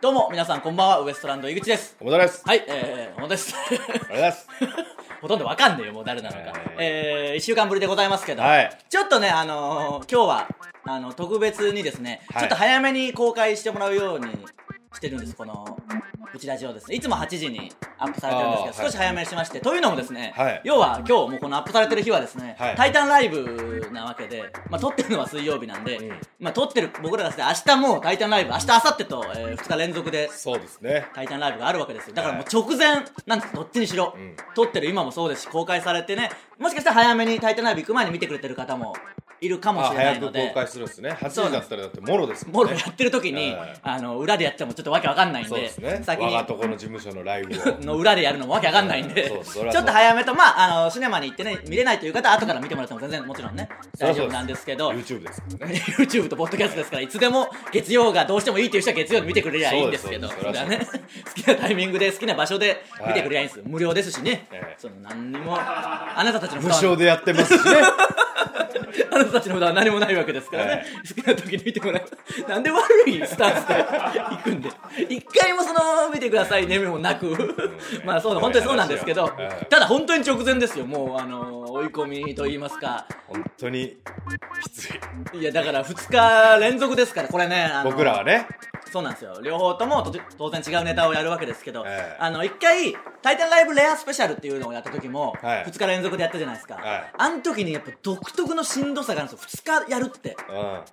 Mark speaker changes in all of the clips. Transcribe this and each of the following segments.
Speaker 1: どうも皆さんこんばんはウエストランド井口です
Speaker 2: おもたです。
Speaker 1: はいえー、小野です
Speaker 2: ありがとうござい
Speaker 1: ほとんどわかんねえよもう誰なのかえー、1週間ぶりでございますけど、
Speaker 2: ます。はい。
Speaker 1: ちょっとねあのー、今日はあの特別にですね、
Speaker 2: はい
Speaker 1: ちょっと早めに公開してもらうようにしてるんですこのうちラジオですねいつも8時にアップされてるんですけど、
Speaker 2: あーは
Speaker 1: 少
Speaker 2: い
Speaker 1: し早めにしましてというのもですね、
Speaker 2: はい
Speaker 1: 要は今日もうこのアップされてる日はですね「
Speaker 2: はい
Speaker 1: タイタンライブ」なわけで、まあ、撮ってるのは水曜日なんで、
Speaker 2: うん
Speaker 1: まあ、撮ってる僕らがですね明日もう「タイタンライブ」明日明後日と、え2日連続で
Speaker 2: そうですね。
Speaker 1: タイタンライブがあるわけですよだからもう直前なんですどっちにしろ、
Speaker 2: うん
Speaker 1: 撮ってる今もそうですし公開されてねもしかしたら早めに「タイタンライブ」行く前に見てくれてる方もいるかもし
Speaker 2: あ、
Speaker 1: れな
Speaker 2: 早
Speaker 1: いの
Speaker 2: く
Speaker 1: で
Speaker 2: 公開するんですね。8時だったらだってもろです
Speaker 1: も
Speaker 2: もん
Speaker 1: ろ
Speaker 2: ね。
Speaker 1: やってる時に、
Speaker 2: はい
Speaker 1: あの裏でやってもちょっとわけわかんないんで
Speaker 2: そうですね。
Speaker 1: 先
Speaker 2: 我が
Speaker 1: に
Speaker 2: とこの事務所のライブを。
Speaker 1: の裏でやるのもわけわかんないんで、
Speaker 2: そうそりゃそう
Speaker 1: ちょっと早めと、まあ、あの、シネマに行ってね、見れないという方は後から見てもらっても全然もちろんね、
Speaker 2: そ り
Speaker 1: 大
Speaker 2: ゃそ
Speaker 1: 丈
Speaker 2: うです
Speaker 1: 夫なんですけど、
Speaker 2: YouTube ですからね。
Speaker 1: YouTube とポッドキャストですから、いつでも月曜がどうしてもいいっていう人は月曜に見てくれりゃいいんですけど、
Speaker 2: そうです
Speaker 1: そ
Speaker 2: そう
Speaker 1: れ
Speaker 2: で
Speaker 1: はね、 好きなタイミングで好きな場所で見てくれりゃいいんです、無料ですしね、
Speaker 2: ええ
Speaker 1: その何にも、 あなたたちの負
Speaker 2: 無
Speaker 1: 担
Speaker 2: 償でやってますしね。
Speaker 1: あなたたちのことは何もないわけですからね、
Speaker 2: はい
Speaker 1: 好きな時に見てもらうなんで悪いスタンスで 行くんで一回もその見てくださいねもなく、まあそうだ本当にそうなんですけど、
Speaker 2: はい
Speaker 1: ただ本当に直前ですよもうあの追い込みと言いますか
Speaker 2: 本当にきつい。
Speaker 1: いやだから2日連続ですからこれねあの
Speaker 2: 僕らはね。
Speaker 1: そうなんですよ両方ともと当然違うネタをやるわけですけど、
Speaker 2: ええ
Speaker 1: あの一回「タイタンライブレアスペシャル」っていうのをやった時も、二
Speaker 2: はい
Speaker 1: 2日連続でやったじゃないですか、
Speaker 2: はい
Speaker 1: あの時にやっぱ独特のしんどさがあるんですよ2日やるって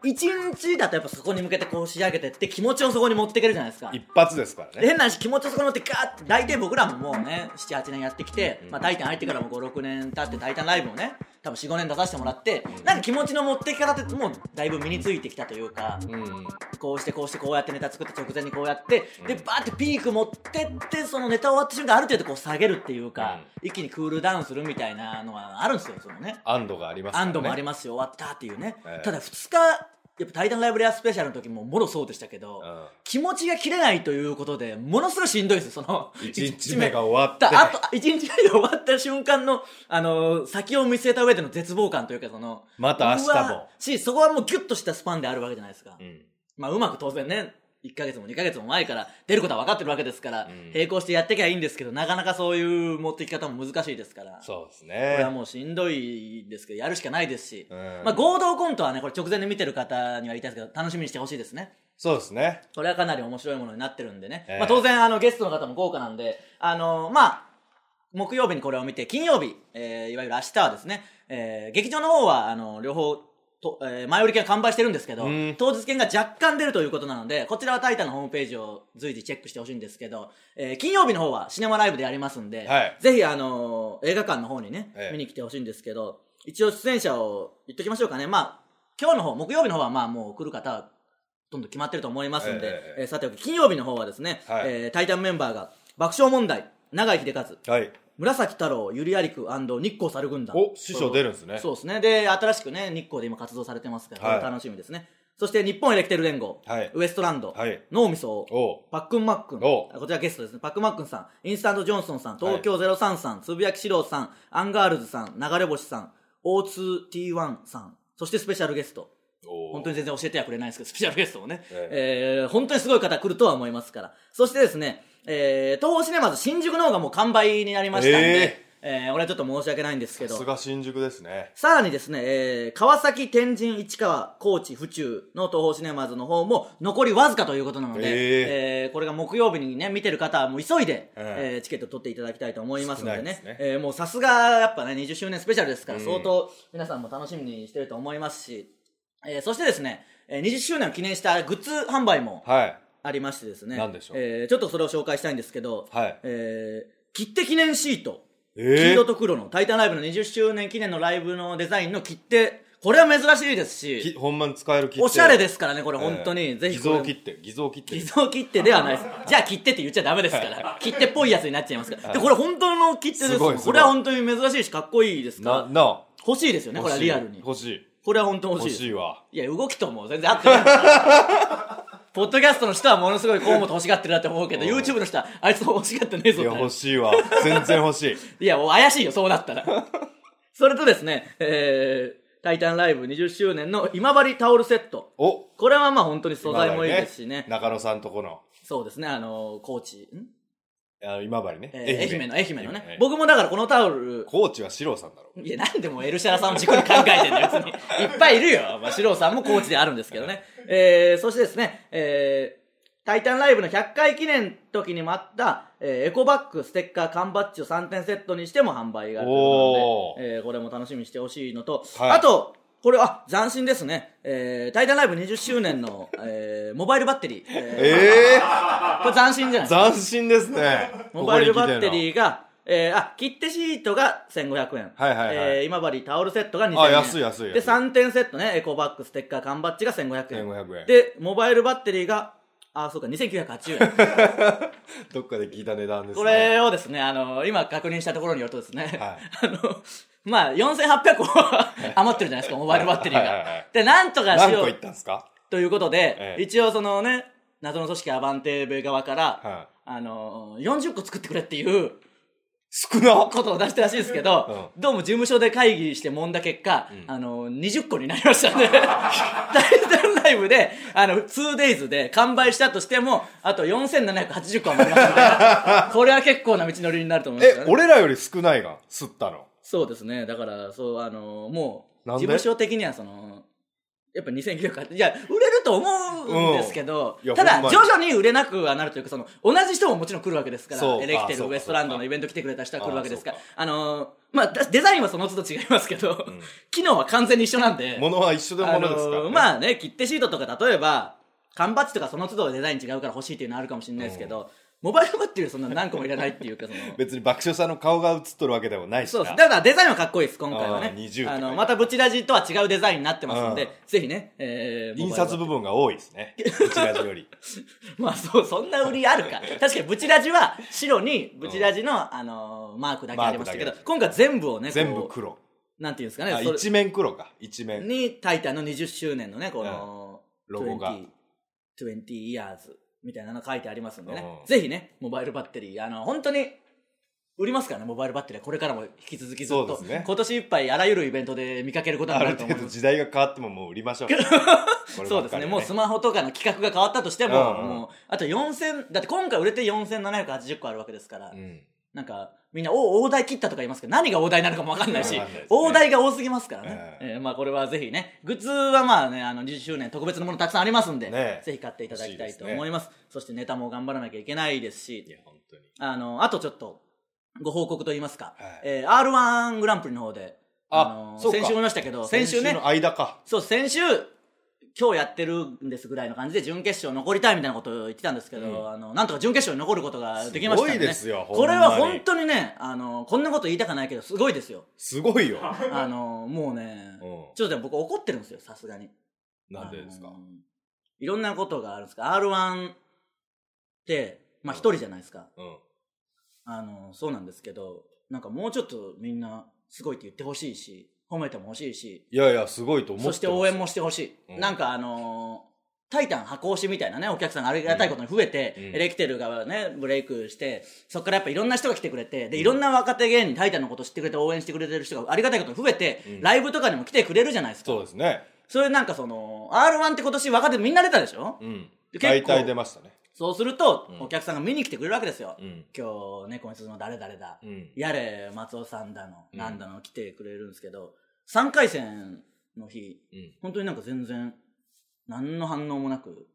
Speaker 2: うん。
Speaker 1: 一日だとやっぱそこに向けてこう仕上げてって気持ちをそこに持っていけるじゃないですか
Speaker 2: 一発ですから
Speaker 1: で
Speaker 2: ね。
Speaker 1: 変な話気持ちをそこに持ってガーって大体僕らももうね78年やってきて、まあ、タイタン入ってからも56年経って「タイタンライブ」をね多分45年出させてもらってなんか気持ちの持ってき方ってもうだいぶ身についてきたというか
Speaker 2: うん。
Speaker 1: こうしてこうしてこうやってネタ作って直前にこうやってでバーってピーク持ってってそのネタ終わった瞬間ある程度こう下げるっていうか一気にクールダウンするみたいなのはあるんですよそのね
Speaker 2: 安堵がありますからね。
Speaker 1: 安堵もあり
Speaker 2: ま
Speaker 1: ますよ、終わったっていうね、
Speaker 2: ええ
Speaker 1: ただ2日、やっぱ「タイタンライブレアスペシャル」の時ももろそうでしたけど、気持ちが切れないということで、ものすごいしんどいですよ、その
Speaker 2: うん。一日目が終わっ
Speaker 1: だ
Speaker 2: て。
Speaker 1: あと1日目が終わった瞬間の、あのー先を見据えた上での絶望感というか、その
Speaker 2: また明日も
Speaker 1: うわし、そこはもうギュッとしたスパンであるわけじゃないですか。
Speaker 2: うん。
Speaker 1: まあ、うまく当然ね、1ヶ月も2ヶ月も前から出ることは分かってるわけですから、
Speaker 2: うん
Speaker 1: 並行してやってきゃいいんですけど、なかなかそういう持っていき方も難しいですから、
Speaker 2: そうです
Speaker 1: これは
Speaker 2: ね。
Speaker 1: もうしんどいですけど、やるしかないですし。
Speaker 2: うん
Speaker 1: まあ、合同コントはねこれ直前で見てる方には言いたいですけど楽しみにしてほしいですね
Speaker 2: そうですね。
Speaker 1: これはかなり面白いものになってるんでね、
Speaker 2: ええ
Speaker 1: まあ、当然あのゲストの方も豪華なんであのまあ木曜日にこれを見て金曜日、えーいわゆる明日はですね、えー劇場の方はあの両方と、えー前売り券完売してるんですけど
Speaker 2: うん
Speaker 1: 当日券が若干出るということなのでこちらは「タイタン」のホームページを随時チェックしてほしいんですけど、えー金曜日の方はシネマライブでやりますんで、
Speaker 2: はい
Speaker 1: ぜひあの映画館の方にね、
Speaker 2: ええ
Speaker 1: 見に来てほしいんですけど一応出演者を言っときましょうかねまあ今日の方木曜日の方はまあもう来る方はほとんど決まってると思いますんで、
Speaker 2: ええええ
Speaker 1: えーさておき金曜日の方はですね、
Speaker 2: はい
Speaker 1: えータイタンメンバーが爆笑問題永井秀和
Speaker 2: はい。
Speaker 1: 紫太郎ゆりやりく日光猿軍団
Speaker 2: お、師匠出るんですね。
Speaker 1: そうですねで新しくね日光で今活動されてますから、
Speaker 2: はい
Speaker 1: これ楽しみですねそして日本エレキテル連合、
Speaker 2: はい
Speaker 1: ウエストランド、
Speaker 2: はい
Speaker 1: 脳みそ
Speaker 2: お
Speaker 1: パックンマックン
Speaker 2: お
Speaker 1: こちらゲストですねパックンマックンさんインスタントジョンソンさん東京03さん、つぶやきしろうさんアンガールズさん流れ星さん O2T1 さんそしてスペシャルゲスト
Speaker 2: お
Speaker 1: 本当に全然教えてはくれないんです けど、スペシャルゲストもね、え
Speaker 2: え
Speaker 1: ー本当にすごい方来るとは思いますから。そしてですね、えー東宝シネマズ新宿の方がもう完売になりましたんで、えー俺はちょっと申し訳ないんですけ
Speaker 2: さす
Speaker 1: ど、
Speaker 2: が新宿ですね。
Speaker 1: さらにですね、えー川崎、天神、市川、高知、府中の東宝シネマズの方も残りわずかということなので、
Speaker 2: え
Speaker 1: えーこれが木曜日にね、見てる方はもう急いで、
Speaker 2: うん
Speaker 1: えーチケット取っていただきたいと思いますので
Speaker 2: 少ない
Speaker 1: ね、
Speaker 2: ですね
Speaker 1: えーもうさすがやっぱね、20周年スペシャルですから、
Speaker 2: うん
Speaker 1: 相当皆さんも楽しみにしてると思いますし、えーそしてですね、えー20周年を記念したグッズ販売も
Speaker 2: はい。
Speaker 1: ありましてですね、
Speaker 2: 何でしょう
Speaker 1: えーちょっとそれを紹介したいんですけど、
Speaker 2: はい
Speaker 1: えー切手記念シート。
Speaker 2: え
Speaker 1: 黄
Speaker 2: ー
Speaker 1: 色と黒の「タイタンライブ」の20周年記念のライブのデザインの切手これは珍しいですし
Speaker 2: きほんまに使える切手
Speaker 1: おしゃれ
Speaker 2: で
Speaker 1: ですからねこれ本当に、ぜひ
Speaker 2: 偽
Speaker 1: これ
Speaker 2: 造切手偽造切手
Speaker 1: 偽造切手ではない ですじゃあ切手って言っちゃダメですから切手っぽいやつになっちゃいますからでこれ本当の切手です
Speaker 2: すごいすごい
Speaker 1: これは本当に珍しいしかっこいいです
Speaker 2: な
Speaker 1: から
Speaker 2: なあ
Speaker 1: 欲しいですよねこれはリアルに
Speaker 2: 欲しい
Speaker 1: これは本当に欲し
Speaker 2: 欲
Speaker 1: いです
Speaker 2: しいわ
Speaker 1: いや動きとも全然合ってないポッドキャストの人はものすごい河本欲しがってるなって思うけど
Speaker 2: うん
Speaker 1: YouTube の人はあいつ欲しがってねえぞっ
Speaker 2: い
Speaker 1: て
Speaker 2: や欲しいわ全然欲しい
Speaker 1: いや、もう怪しいよ、そうなったら。それとですね、えータイタンライブ20周年の今治タオルセット。
Speaker 2: お
Speaker 1: これはまあ本当に素材もいいですしね。
Speaker 2: 今治中野さんとこの、
Speaker 1: そうですね、あのー、高知、ん
Speaker 2: あの今治ね、
Speaker 1: えー愛媛の、愛媛のね、
Speaker 2: ええ
Speaker 1: 僕もだからこのタオル、
Speaker 2: コーチは四郎さんだろう。
Speaker 1: いや、なんでもうエルシャラさんを軸に考えてんだよ、別に。いっぱいいるよ。まあ、シローさんもコーチであるんですけどね。えー、そしてですね、えー、タイタンライブの100回記念の時にもあった、えーエコバッグ、ステッカー、缶バッジを3点セットにしても販売があるということなので、えーこれも楽しみにしてほしいのと、
Speaker 2: はい
Speaker 1: あと、これ、あ、斬新ですね。えー、タイタンライブ20周年の、えー、モバイルバッテリー。え
Speaker 2: え
Speaker 1: ー、これ斬新じゃない
Speaker 2: ー、斬新ですね。
Speaker 1: モバイルバッテ
Speaker 2: ー。
Speaker 1: リーが、えー、あ、切手シートが1500円。
Speaker 2: はいはいはい
Speaker 1: えー、今治タオルセットが2000円。
Speaker 2: あ安い安い安い
Speaker 1: で、3点セットね、エコバッグ、ステッカー、缶バッジが1500円。
Speaker 2: 1500円
Speaker 1: で、モバイルバッテリーが、あ、そうか、2980円。
Speaker 2: どっかで聞いた値段ですね。
Speaker 1: これをですね、あの、今確認したところによるとですね、
Speaker 2: は
Speaker 1: あの、まあ、4800個 余ってるじゃないですか、モバイルバッテリー
Speaker 2: はいはいはい
Speaker 1: が。で、なんとかし
Speaker 2: 何
Speaker 1: よ
Speaker 2: 個いっ
Speaker 1: う
Speaker 2: たんですか
Speaker 1: ということで、
Speaker 2: ええ
Speaker 1: 一応そのね、謎の組織アバンテーベ側から、
Speaker 2: は
Speaker 1: あの、40個作ってくれっていう、
Speaker 2: 少な
Speaker 1: ことを出したらしいですけど、どうも事務所で会議して揉んだ結果、あの、20個になりま したんで、タイタンライブで、あの、2days で完売したとしても、あと4780個余りましたねこれは結構な道のりになると思いますよ
Speaker 2: え、
Speaker 1: ね。
Speaker 2: 俺らより少ないが、吸ったの。
Speaker 1: そうですね。だから、そう、あの、もう、
Speaker 2: なん
Speaker 1: 事
Speaker 2: で
Speaker 1: 務所的にはその、やっぱ2980いや、売れると思うんですけど
Speaker 2: うんい、や
Speaker 1: ただ
Speaker 2: ほんまに
Speaker 1: 徐々に売れなくはなるというか、その、同じ人ももちろん来るわけですから、
Speaker 2: そう
Speaker 1: エレキテ
Speaker 2: あ
Speaker 1: ル、
Speaker 2: そう
Speaker 1: ウ
Speaker 2: か
Speaker 1: エストランド
Speaker 2: そう
Speaker 1: の
Speaker 2: か
Speaker 1: イベント来てくれた人は来るわけですから
Speaker 2: あそ、
Speaker 1: あのー、まあ、だデザインはその都度違いますけど、機能は完全に一緒なんで、
Speaker 2: 物は一緒で も
Speaker 1: あ
Speaker 2: のですから、
Speaker 1: のーまあね、切手シートとか例えば、缶バッジとかその都度デザイン違うから欲しいっていうのはあるかもしれないですけど、モバイルバッテリーはそんな何個もいらないっていうか、その、
Speaker 2: 別に爆笑さんの顔が映っとるわけでもないし
Speaker 1: そう
Speaker 2: な。
Speaker 1: です。だからデザインはかっこいいです、今回は
Speaker 2: あ
Speaker 1: ね
Speaker 2: ー20って書い。てあ
Speaker 1: あ
Speaker 2: る
Speaker 1: の、またブチラジとは違うデザインになってますの
Speaker 2: うん
Speaker 1: で、ぜひね、えー、
Speaker 2: 印刷
Speaker 1: モバイル
Speaker 2: 部分が多いです ね。うちらじより。
Speaker 1: まあ、そう、そんな売りある か。確かにブチラジは白に、ブチラジの、あのー、マークだけありましたけど
Speaker 2: マークだけありました、
Speaker 1: 今回は全部をね、こう
Speaker 2: 全部黒。
Speaker 1: なんていうんですか
Speaker 2: あ
Speaker 1: ね、そ
Speaker 2: 一面黒か。一
Speaker 1: れ
Speaker 2: 面。
Speaker 1: に、タイタンの20周年のね、この、
Speaker 2: うんロゴが
Speaker 1: 20 20 years みたいなの書いてありますんでね
Speaker 2: う。ん
Speaker 1: ぜひね、モバイルバッテリー、あの、本当に、売りますからね、モバイルバッテリーはこれからも引き続きずっ
Speaker 2: そう
Speaker 1: と、
Speaker 2: ですね
Speaker 1: 今年いっぱいあらゆるイベントで見かけることに
Speaker 2: あ
Speaker 1: なる
Speaker 2: る
Speaker 1: と思う
Speaker 2: 程
Speaker 1: ん
Speaker 2: 度
Speaker 1: で
Speaker 2: 時代が変わってももう売りましょう。 こればっかり
Speaker 1: そうですねもうスマホとかの企画が変わったとしても,、
Speaker 2: うんうん
Speaker 1: もうあと4000だって今回売れて4780個あるわけですから、
Speaker 2: うん。
Speaker 1: なんかみんなお大台切ったとか言いますけど何が大台なのかも分かんないし、
Speaker 2: わかんないですね
Speaker 1: 大台が多すぎますからね、
Speaker 2: うん
Speaker 1: えーまあ、これはぜひねグッズはまあねあの20周年特別なものたくさんありますんで、
Speaker 2: ね
Speaker 1: ぜひ買っていただきたいと
Speaker 2: 欲
Speaker 1: 思
Speaker 2: し
Speaker 1: いますそしてネタも頑張らなきゃいけないですし
Speaker 2: いや、本当に。
Speaker 1: あのあとちょっとご報告といいますか、
Speaker 2: はい
Speaker 1: えー、r 1グランプリの方で
Speaker 2: あ
Speaker 1: の
Speaker 2: そうか
Speaker 1: 先週も言いましたけど先週ね
Speaker 2: の間か。
Speaker 1: そう、先週、今日やってるんですぐらいの感じで、準決勝残りたいみたいなことを言ってたんですけど、あの、なんとか準決勝に残ることができましたん
Speaker 2: すごいですよほ
Speaker 1: こ
Speaker 2: んま
Speaker 1: れ
Speaker 2: に
Speaker 1: は本当にね、あの、こんなこと言いたくないけど、すごいですよ。
Speaker 2: すごいよ。
Speaker 1: あの、 もうね、
Speaker 2: う
Speaker 1: ちょっとね僕怒ってるんですよ、さすがに。
Speaker 2: ん。なんでですか
Speaker 1: あの。いろんなことがあるんですか R1 って、まあ一人じゃないですか。
Speaker 2: うん。
Speaker 1: あの、そうなんですけど、なんかもうちょっとみんな、すごいって言ってほしいし、褒めてもほしいし、
Speaker 2: いやいや、すごいと思って
Speaker 1: そ
Speaker 2: ます
Speaker 1: して応援もしてほしい、
Speaker 2: うん
Speaker 1: なんかあのータイタン箱押しみたいなね、お客さんがありがたいことに増えて、
Speaker 2: うん
Speaker 1: エレキテルがね、ブレイクして、そこからやっぱいろんな人が来てくれて、で、いろんな若手芸人、タイタンのこと知ってくれて応援してくれてる人がありがたいことに増えて、
Speaker 2: うん
Speaker 1: ライブとかにも来てくれるじゃないですか。
Speaker 2: そうですね。
Speaker 1: それなんかその、R1 って今年若手みんな出たでしょ、
Speaker 2: うん。
Speaker 1: 結構
Speaker 2: 大体出ましたね。
Speaker 1: そうすると、
Speaker 2: うん
Speaker 1: お客さんが見に来てくれるわけですよ。
Speaker 2: うん。
Speaker 1: 今日ね、今週の誰々だ、
Speaker 2: うん。
Speaker 1: やれ、松尾さんだの、
Speaker 2: うん
Speaker 1: なんだの来てくれるんですけど、3回戦の日、
Speaker 2: うん。
Speaker 1: 本当になんか全然何の反応もなく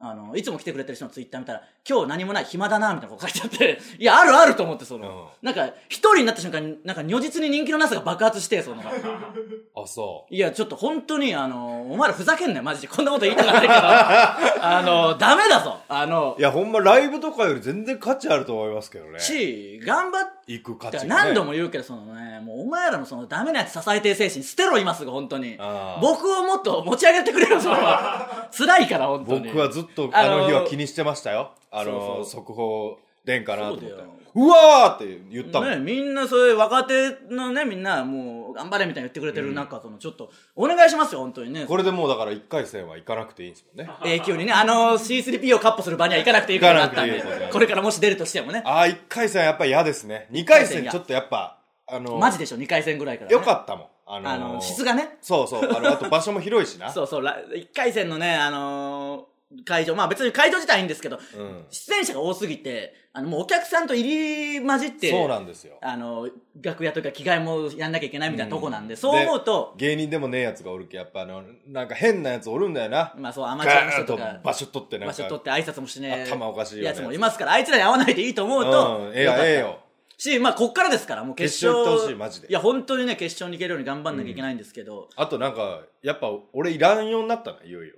Speaker 1: あのいつも来てくれてる人のツイッター見たら「今日何もない暇だな」みたいなこと書いてあって いやあるあると思ってその、なんか一人になった瞬間になんか如実に人気のなさが爆発して その
Speaker 2: あ、そう。
Speaker 1: いやちょっと本当にあのお前らふざけんなよマジでこんなこと言いたく ないけどあのダメだぞあの
Speaker 2: いや、ほんまライブとかより全然価値あると思いますけどね。
Speaker 1: し頑張って
Speaker 2: 行く価
Speaker 1: だか
Speaker 2: 値
Speaker 1: ら
Speaker 2: がね。
Speaker 1: 何度も言うけどそのねもうお前らのそのダメなやつ支えてる精神捨てろ今すぐ本当に
Speaker 2: あー
Speaker 1: 僕をもっと持ち上げてくれよそれ は辛いから本当に
Speaker 2: 僕はずっと
Speaker 1: あ
Speaker 2: あ
Speaker 1: の
Speaker 2: の日は気にしてましたよ。あ
Speaker 1: そう
Speaker 2: の、
Speaker 1: そう
Speaker 2: 速報殿かなと思って
Speaker 1: そうだよ。
Speaker 2: うわーって言ったもん。
Speaker 1: ね、みんなそういう若手のねみんなもう頑張れみたいな言ってくれてる中、そのちょっとお願いしますよ本当にね
Speaker 2: これでもうだから1回戦は行かなくていいんですもんね。
Speaker 1: 永久にねあの C3P をカッポする場には行かなくていいことになったんで
Speaker 2: 行かなくていいですよね
Speaker 1: これからもし出るとしてもね
Speaker 2: ああ、1回戦はやっぱ嫌ですね。2回
Speaker 1: 一回戦
Speaker 2: 戦
Speaker 1: 嫌
Speaker 2: ちょっとやっぱ、あの、
Speaker 1: マジでしょ2回戦ぐらいから、ね、
Speaker 2: よかったもん。あ
Speaker 1: あの質がね
Speaker 2: そうそうあのあと場所も広いしな
Speaker 1: そうそうら一回戦のねあのー会場まあ別に会場自体はいいんですけど
Speaker 2: うん、
Speaker 1: 出演者が多すぎてあのもうお客さんと入り混じって
Speaker 2: そうなんですよ
Speaker 1: あの楽屋とか着替えもやんなきゃいけないみたいなとこなんで、そう思うと
Speaker 2: 芸人でもねえやつがおるけやっぱあのなんか変なやつおるんだよな
Speaker 1: まあそうアマチュアの
Speaker 2: ガー
Speaker 1: 人
Speaker 2: ンと
Speaker 1: とか
Speaker 2: 場所取ってなん
Speaker 1: 場所
Speaker 2: か
Speaker 1: 取って挨拶もしねえ
Speaker 2: 頭おかしいよね
Speaker 1: やつもいますからあいつらに会わないでいいと思うと、
Speaker 2: うんええやんええよ
Speaker 1: しまあこっからですからもう決
Speaker 2: 決勝
Speaker 1: 勝
Speaker 2: 行ってほしいマジで
Speaker 1: や本当にね決勝に行けるように頑張んなきゃいけないんですけど、
Speaker 2: あとなんかやっぱ俺いらんようになったないよいよ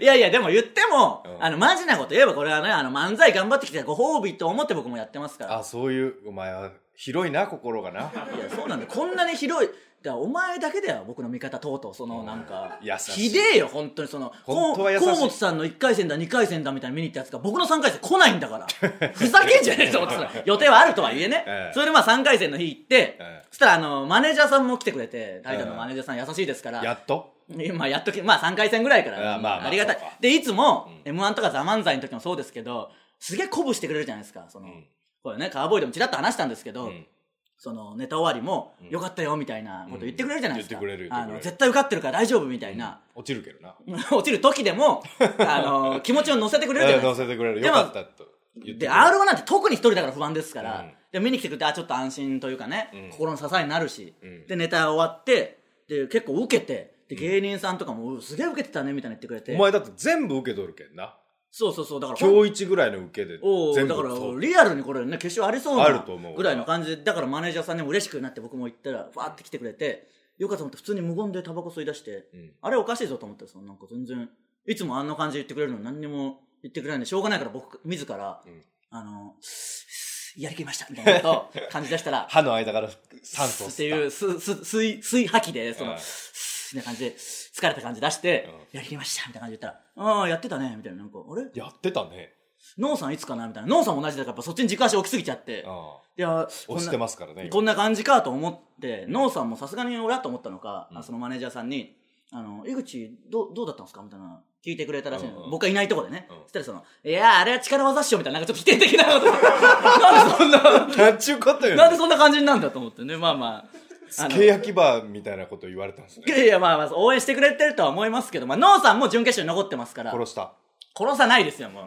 Speaker 1: いやいやでも言っても、
Speaker 2: うん
Speaker 1: あのマジなこと言えばこれはねあの漫才頑張ってきてご褒美と思って僕もやってますから
Speaker 2: あそういうお前は広いな心 がない
Speaker 1: やそうなんだよこんなに広いだからお前だけだよ僕の味方とうとうそのなんか
Speaker 2: 優しい
Speaker 1: ひでえよ本当にその
Speaker 2: 本当は優しい
Speaker 1: こう河本さんの1回戦だ2回戦だみたいな見に行ったやつが僕の3回戦来ないんだ からふざけんじゃねえと思ってた予定はあるとはいえね、
Speaker 2: ええ
Speaker 1: それでまあ3回戦の日行って、
Speaker 2: ええ
Speaker 1: そしたらあのマネージャーさんも来てくれて大河のマネージャーさん優しいですから、
Speaker 2: やっと
Speaker 1: まあやっとき、まあ3回戦ぐらいから、
Speaker 2: あまあまあ
Speaker 1: りがたい
Speaker 2: そうか。
Speaker 1: で、いつも、
Speaker 2: う
Speaker 1: M1 とかザ・漫才の時もそうですけど、すげえ鼓舞してくれるじゃないですか。その、
Speaker 2: うん
Speaker 1: これね、カーボーイでもちらっと話したんですけど、
Speaker 2: うん
Speaker 1: そのネタ終わりも、
Speaker 2: うん
Speaker 1: よかったよみたいなこと言ってくれるじゃないですか。
Speaker 2: うん言ってくれる言っ
Speaker 1: あ
Speaker 2: てくれる
Speaker 1: の、絶対受かってるから大丈夫みたいな、
Speaker 2: 落ちるけどな
Speaker 1: 落ちる時でも、あの、気持ちを乗せてくれるじゃないで
Speaker 2: 乗
Speaker 1: すか。
Speaker 2: せてくれる
Speaker 1: で
Speaker 2: よ
Speaker 1: も
Speaker 2: かったと言ってくれ
Speaker 1: で、
Speaker 2: る
Speaker 1: R1 なんて特に一人だから不安ですから、
Speaker 2: うん
Speaker 1: で見に来てくれて、あ、ちょっと安心というかね、
Speaker 2: うん
Speaker 1: 心の支えになるし、
Speaker 2: うん
Speaker 1: で、ネタ終わって、で、結構受けて、で、芸人さんとかも、うすげえ受けてたね、みたいな言ってくれて。
Speaker 2: お前だって全部受け取るけんな
Speaker 1: そうそうそう、だから、
Speaker 2: 今日一ぐらいの受けで
Speaker 1: お
Speaker 2: 全
Speaker 1: う
Speaker 2: 部
Speaker 1: だから
Speaker 2: 取る
Speaker 1: リアルにこれね決勝ありそうな
Speaker 2: あると思う
Speaker 1: ぐらいの感じでだからマネージャーさんにも嬉しくなって僕も行ったらわーって来てくれてよかったと思って普通に無言でタバコ吸い出して、
Speaker 2: うん
Speaker 1: あれおかしいぞと思ったらそのなんか全然いつもあんな感じで言ってくれるのに何にも言ってくれないんでしょうがないから僕自ら、
Speaker 2: うん
Speaker 1: あのやりきりましたみたいなことを感じ出したら
Speaker 2: 歯の間から酸素を吸
Speaker 1: っ
Speaker 2: って
Speaker 1: いうすす水水吐きでその、
Speaker 2: はい
Speaker 1: すみたいな感じで疲れた感じ出して、やりきりましたみたいな感じで言ったらああやってたねみたいななんかあれ
Speaker 2: やってたね
Speaker 1: ノーさんいつかなみたいな。ノーさんも同じだから、やっぱそっちに軸足置きすぎちゃって。
Speaker 2: ああ
Speaker 1: いや、
Speaker 2: 押してますから
Speaker 1: こん
Speaker 2: ね
Speaker 1: なこんな感じかと思って、ノーさんもさすがに親と思ったのか、あそのマネージャーさんに、あの、井口、どう、どうだったんですかみたいな。聞いてくれたらしいの。
Speaker 2: うんうん
Speaker 1: 僕がいないとこでね。
Speaker 2: うん
Speaker 1: そしたらその、いやー、あれは力技っしょみたいな、なんかちょっと否定的なこと。なんでそんな、
Speaker 2: 今 なんちゅうことよ
Speaker 1: なんでそんな感じになるんだと思ってね。まあまあ。
Speaker 2: す
Speaker 1: あの
Speaker 2: け焼きバーみたいなこと言われたんです
Speaker 1: い
Speaker 2: ね
Speaker 1: やいや、まあまあ、応援してくれてるとは思いますけど、まあ、ノーさんも準決勝に残ってますから。
Speaker 2: 殺した
Speaker 1: 殺さないですよも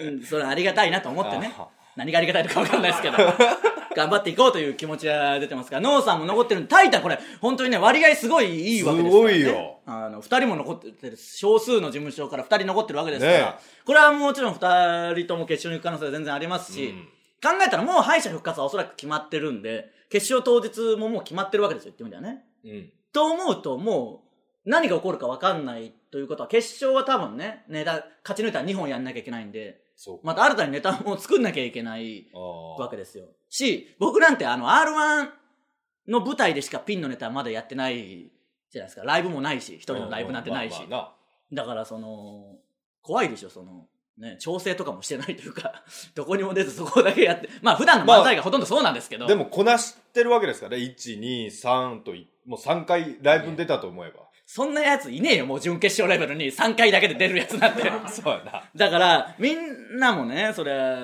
Speaker 1: う、うん、それはありがたいなと思ってね
Speaker 2: あは
Speaker 1: 何がありがたいのか分かんないですけど 頑張っていこうという気持ちが出てますからノーさんも残ってるんでタイタンこれ本当にね割合すごいいいわけですから、ね、
Speaker 2: すごいよ
Speaker 1: あの2人も残ってる少数の事務所から2人残ってるわけですから、
Speaker 2: ねえ
Speaker 1: これはもちろん2人とも決勝に行く可能性は全然ありますし、
Speaker 2: うん
Speaker 1: 考えたらもう敗者復活はおそらく決まってるんで決勝当日ももう決まってるわけですよ言ってみたらね
Speaker 2: うん
Speaker 1: と思うともう何が起こるか分かんないということは決勝は多分ねネタ勝ち抜いたら2本やんなきゃいけないんで
Speaker 2: そうか
Speaker 1: また新たにネタも作んなきゃいけない
Speaker 2: ああ
Speaker 1: わけですよし僕なんてあの r 1の舞台でしかピンのネタまだやってないじゃないですかライブもないし一人のライブなんてないし
Speaker 2: うんうんまあま
Speaker 1: だからその怖いでしょそのね調整とかもしてないというか どこにも出ずそこだけやってまあ普段の漫才がほとんどそうなんですけ
Speaker 2: あ
Speaker 1: ど、
Speaker 2: なでもこなしてるわけですからね123といもう3回ライブに出たと思えば
Speaker 1: そんなやついねえよもう準決勝レベルに3回だけで出るやつ なんて
Speaker 2: そうやな
Speaker 1: だから、みんなもね、それは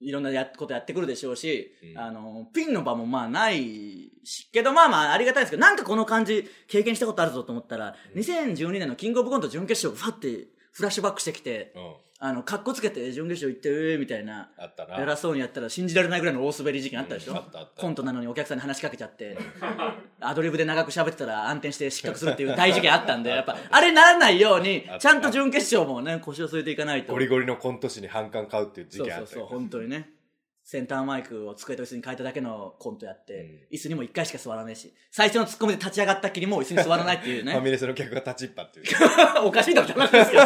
Speaker 1: いろんなやことやってくるでしょうし、
Speaker 2: うん
Speaker 1: あの、ピンの場もまあないし、けどまあまあありがたいですけど、なんかこの感じ経験したことあるぞと思ったら、2012年のキングオブコント準決勝、ファってフラッシュバックしてきて、
Speaker 2: うん
Speaker 1: あの、かっこつけて準決勝行って、うえみたいな。
Speaker 2: あったな
Speaker 1: 偉そうにやったら信じられないぐらいの大滑り事件あったでしょ、
Speaker 2: うんあったあった
Speaker 1: コントなのにお客さんに話しかけちゃ ってアドリブで長く喋ってたら暗転して失格するっていう大事件あっ たんでやっぱあれならないように
Speaker 2: あった
Speaker 1: ちゃんと準決勝もね腰を据えていかないと
Speaker 2: ゴリゴリのコント師に反感買うっていう事
Speaker 1: そう
Speaker 2: 件あ
Speaker 1: そ
Speaker 2: っ
Speaker 1: う
Speaker 2: た
Speaker 1: そう
Speaker 2: よ
Speaker 1: 本当にねセンターマイクを机と椅子に変えただけのコントやって、椅子にも1回しか座らないし最初のツッコミで立ち上がったきりもう椅子に座らないっていう
Speaker 2: ファ
Speaker 1: ね
Speaker 2: ミレスの客が立ちっぱっていう
Speaker 1: おかしいだろって話ですけど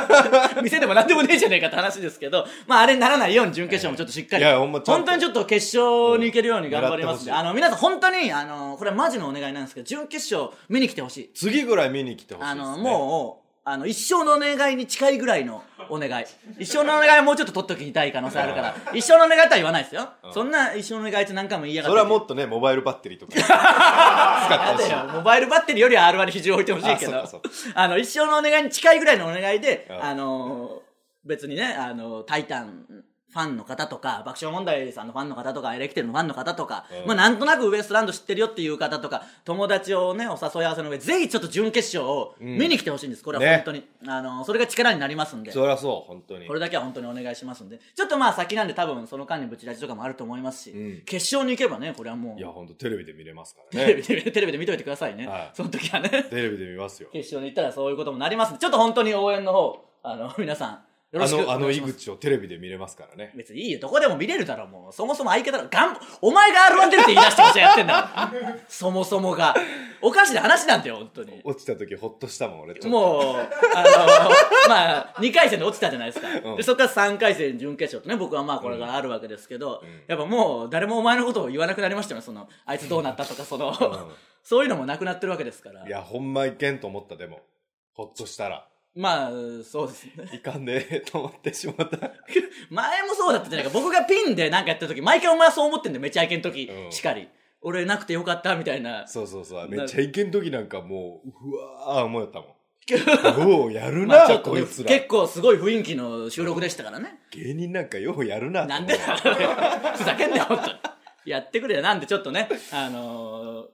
Speaker 1: 店でも何でもねえじゃねえかって話ですけどまああれならないように準決勝もちょっとしっかり、
Speaker 2: いやほんまちゃんと
Speaker 1: 本当にちょっと決勝に行けるように頑張りますんで、
Speaker 2: うん狙
Speaker 1: あ
Speaker 2: って
Speaker 1: の皆さん本当にあのこれはマジのお願いなんですけど準決勝見に来てほしい
Speaker 2: 次ぐらい見に来てほしいで
Speaker 1: あ
Speaker 2: すね
Speaker 1: の、もう、あの、一生のお願いに近いぐらいのお願い。一生のお願いはもうちょっと取っときたい可能性あるから、一生のお願いとは言わないですよ。そんな一生のお願いって何回も言いやがって。
Speaker 2: それはもっとねモバイルバッテリー とか使
Speaker 1: だ
Speaker 2: っ
Speaker 1: ってて
Speaker 2: ほしい
Speaker 1: よモバイルバッテリーよりは R1 に比重を置いてほしいけど、
Speaker 2: あ
Speaker 1: あ
Speaker 2: そうか
Speaker 1: の、一生のお願いに近いぐらいのお願いで、
Speaker 2: うん
Speaker 1: あのー別にね、あのータイタン、ファンの方とか、爆笑問題さんのファンの方とか、エレキテルのファンの方とか、
Speaker 2: うん
Speaker 1: まあなんとなくウエストランド知ってるよっていう方とか、友達をね、お誘い合わせの上、ぜひちょっと準決勝を見に来てほしいんです。これは
Speaker 2: ね
Speaker 1: 本当に。あの、それが力になりますんで。
Speaker 2: そりゃそう、本当に
Speaker 1: こ。れだけは本当にお願いしますんで。ちょっとまあ先なんで多分その間にブチラジとかもあると思いますし、
Speaker 2: うん
Speaker 1: 決勝に行けばね、これはもう
Speaker 2: いや、、本当テレビで見れますから
Speaker 1: テレ
Speaker 2: ね
Speaker 1: ビ。で、テレビで見といてくださいね。
Speaker 2: はい
Speaker 1: その時はね。
Speaker 2: テレビで見ますよ。
Speaker 1: 決勝に行ったらそういうこともなりますんでちょっと本当に応援の方、あの、皆さん、よろ
Speaker 2: あ
Speaker 1: しくお願いし
Speaker 2: の、
Speaker 1: ます。
Speaker 2: あの井口をテレビで見れますからね。
Speaker 1: 別にいいよ、どこでも見れるだろ、もう。そもそも相方だろ。がん、お前が R1 出るって言い出してこそやってんだ ろ。そもそもが。おかしな話なんだよ、本当に。
Speaker 2: 落ちた時ほっとしたもん、俺。ちょっと
Speaker 1: もう、あの まあ、2回戦で落ちたじゃないですか。
Speaker 2: うん
Speaker 1: で、そこから3回戦準決勝とね、僕はまあこれがあるわけですけど、
Speaker 2: ん
Speaker 1: やっぱもう誰もお前のことを言わなくなりましたよね、その、あいつどうなったとか、その、 そういうのもなくなってるわけですから。
Speaker 2: いや、ほんまいけんと思った、でも。ほっとしたら。
Speaker 1: まあ、そうですね。
Speaker 2: いかんねえと思ってしまった。
Speaker 1: 前もそうだったじゃないか僕がピンでなんかやった時毎回お前はそう思ってんだよめちゃイケの時、
Speaker 2: うん
Speaker 1: しかり俺なくてよかったみたいな
Speaker 2: そうそうそう。
Speaker 1: な
Speaker 2: めっちゃいけん時なんかもう、うわー、思ったもん。 ようやるな、
Speaker 1: まあちょっと
Speaker 2: こ
Speaker 1: ね
Speaker 2: い
Speaker 1: 結
Speaker 2: つら。
Speaker 1: 構すごい雰囲気の収録でしたから ね、
Speaker 2: 芸人なんかようやるな。
Speaker 1: なんでだよふざけんなよ本当にやってくれよなんでちょっとねあのー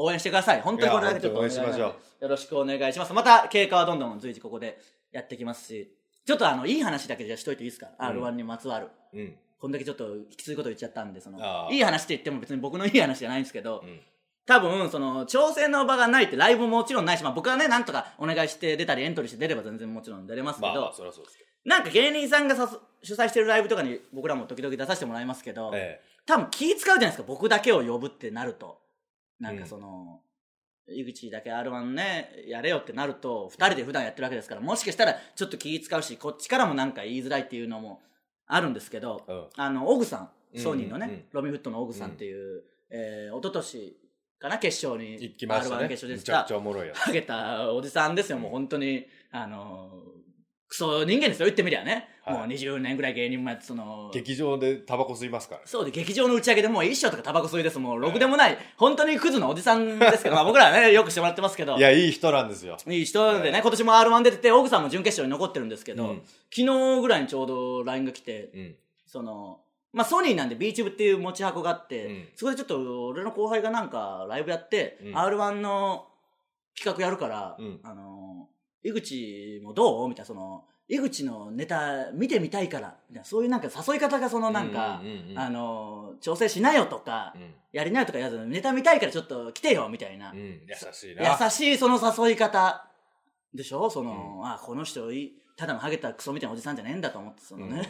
Speaker 1: 応援してください本当にこれだけちょっとお願いなんで
Speaker 2: いや本当に応援しま
Speaker 1: よろしくお願いしますまた経過はどんどん随時ここでやってきますしちょっとあのいい話だけじゃしといていいですか、
Speaker 2: ん
Speaker 1: R1 にまつわる
Speaker 2: うん。
Speaker 1: こんだけちょっときついこと言っちゃったんでその
Speaker 2: あー
Speaker 1: いい話って言っても別に僕のいい話じゃないんですけど、
Speaker 2: うん。
Speaker 1: 多分その調整の場がないってライブももちろんないし、まあ、僕はねなんとかお願いして出たりエントリーして出れば全然もちろん出れますけ
Speaker 2: ま
Speaker 1: ど、
Speaker 2: あまあ、そりゃそうですけ
Speaker 1: なんか芸人さんがさす主催してるライブとかに僕らも時々出させてもらいますけど、
Speaker 2: ど。え
Speaker 1: 多分気使うじゃないですか僕だけを呼ぶってなるとなんかその、井口だけ r 1ねやれよってなると2人で普段やってるわけですからもしかしたらちょっと気使うしこっちからもなんか言いづらいっていうのもあるんですけど、
Speaker 2: え。うん。
Speaker 1: あの、オグさん、ソニーのね、
Speaker 2: うんうんうん
Speaker 1: ロミフットのオグさんっていう、えー、一昨年かな、決勝に、
Speaker 2: 行きました
Speaker 1: R1
Speaker 2: ね。
Speaker 1: 決勝
Speaker 2: め
Speaker 1: でし
Speaker 2: ちゃ
Speaker 1: た
Speaker 2: くち。ゃおもろいやつ。
Speaker 1: ハゲたおじさんですよ、もう本当に、あのー、クソ人間ですよ、言ってみりゃね。
Speaker 2: はい
Speaker 1: もう20年ぐらい芸人もやって、その、
Speaker 2: 劇場でタバコ吸いますから。
Speaker 1: そうで、劇場の打ち上げでもう一生とかタバコ吸いです。もう、ろくでもない、本当にクズのおじさんです けど、まあ僕らはね、よくしてもらってますけど
Speaker 2: い。や、いい人なんですよ。
Speaker 1: いい人でね、今年も R1 出てて、オグさんも準決勝に残ってるんですけど、
Speaker 2: うん
Speaker 1: 昨日ぐらいにちょうど LINE が来て、
Speaker 2: うん。
Speaker 1: その、まあ、ソニーなんで B チューブっていう持ち箱があって、
Speaker 2: うん
Speaker 1: そこでちょっと俺の後輩がなんかライブやって、
Speaker 2: うん
Speaker 1: R1 の企画やるから、
Speaker 2: うん
Speaker 1: あのー、井口もどうみたいな、その、井口のネタ見てみたいから、みたいな、そういうなんか誘い方がそのなんか、
Speaker 2: うんうんうん
Speaker 1: あのー、調整しなよとか、
Speaker 2: うん。
Speaker 1: やりなよとかやらず、ネタ見たいからちょっと来てよ、みたいな。
Speaker 2: うん。優しいな。
Speaker 1: 優しいその誘い方でしょその、あ、この人いい、ただのハゲたクソみたいなおじさんじゃねえんだと思って、そのね。
Speaker 2: うん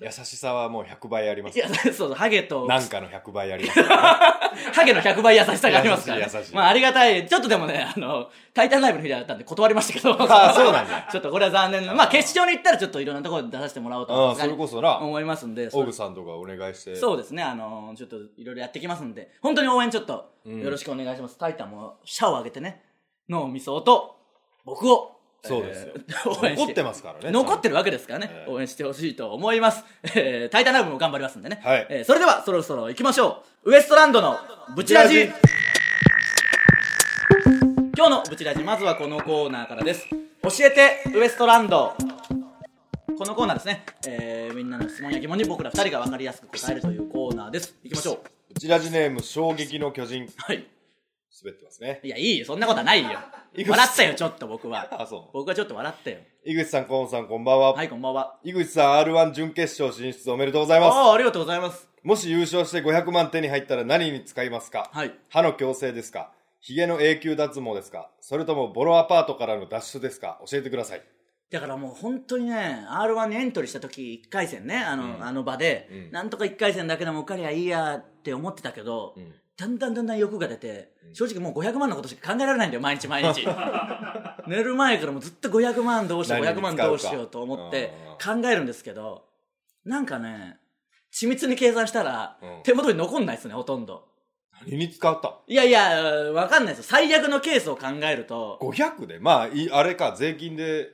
Speaker 2: 優しさはもう100倍あります
Speaker 1: い。や、そうそう、ハゲと
Speaker 2: なんかの100倍あ ります。
Speaker 1: ハゲの100倍優しさがありますから、ね
Speaker 2: 優しい優し。い
Speaker 1: まあ、ありがたい。ちょっとでもね、あの、タイタンライブの日だったんで断りましたけど。
Speaker 2: あそうなん だ。
Speaker 1: ちょっとこれは残念な。まあ、決勝に行ったらちょっといろんなところに出させてもらおうと
Speaker 2: う
Speaker 1: 思
Speaker 2: ん、それ
Speaker 1: い
Speaker 2: こそな、
Speaker 1: 思いますんで。そ
Speaker 2: オ
Speaker 1: う
Speaker 2: グさんとかお願いして。
Speaker 1: そうですね、あの、ちょっといろいろやってきますんで、本当に応援ちょっと
Speaker 2: うん
Speaker 1: よろしくお願いします。タイタンもシャワー上げてね、脳みそと僕を、
Speaker 2: そうですよ
Speaker 1: え。ー応援
Speaker 2: 残
Speaker 1: し
Speaker 2: っててますからね。
Speaker 1: 残って
Speaker 2: る。
Speaker 1: るわけですからね、
Speaker 2: えー
Speaker 1: 応援してほしいと思います、えー、タイタンライブも頑張りますんでね、
Speaker 2: はい
Speaker 1: えーそれではそろそろ行きましょうウエストランドのブチラジ
Speaker 2: ブチラ
Speaker 1: 今日のブチラジまずはこのコーナーからです教えてウエストランドこのコーナーですね、えーみんなの質問や疑問に僕ら2人が分かりやすく答えるというコーナーです行きましょう
Speaker 2: うちラジネーム、衝撃の巨人。
Speaker 1: はい
Speaker 2: 滑ってますね。
Speaker 1: いやいいよそんなことはないよ
Speaker 2: いくつ
Speaker 1: 笑ったよちょっと僕は
Speaker 2: あ、そう。
Speaker 1: 僕はちょっと笑ったよ
Speaker 2: 井口さん、河野さん、こんばんは。
Speaker 1: はいこんばんは
Speaker 2: 井口さん、R1 準決勝進出おめでとうございます。
Speaker 1: ああありがとうございます
Speaker 2: もし優勝して500万手に入ったら何に使いますか、
Speaker 1: はい
Speaker 2: 歯の矯正ですか髭の永久脱毛ですかそれともボロアパートからの脱出ですか教えてください。
Speaker 1: だからもう本当にね r 1にエントリーした時1回戦ねあの,、
Speaker 2: うん
Speaker 1: あの場で、
Speaker 2: うん
Speaker 1: なんとか1回戦だけでも受かりゃいいやって思ってたけど、だんだんだんだん欲が出て、正直もう500万のことしか考えられないんだよ毎日毎 日寝る前からもうずっと500万どうしよう
Speaker 2: 何
Speaker 1: 500
Speaker 2: に使
Speaker 1: 万
Speaker 2: うか
Speaker 1: どうしようと思って考えるんですけどなんかね緻密に計算したら、
Speaker 2: うん
Speaker 1: 手元に残んないですねほとんど
Speaker 2: 何に使った
Speaker 1: いやいやわかんないですよ最悪のケースを考えると
Speaker 2: ?500 でまあ、いあれか、税金で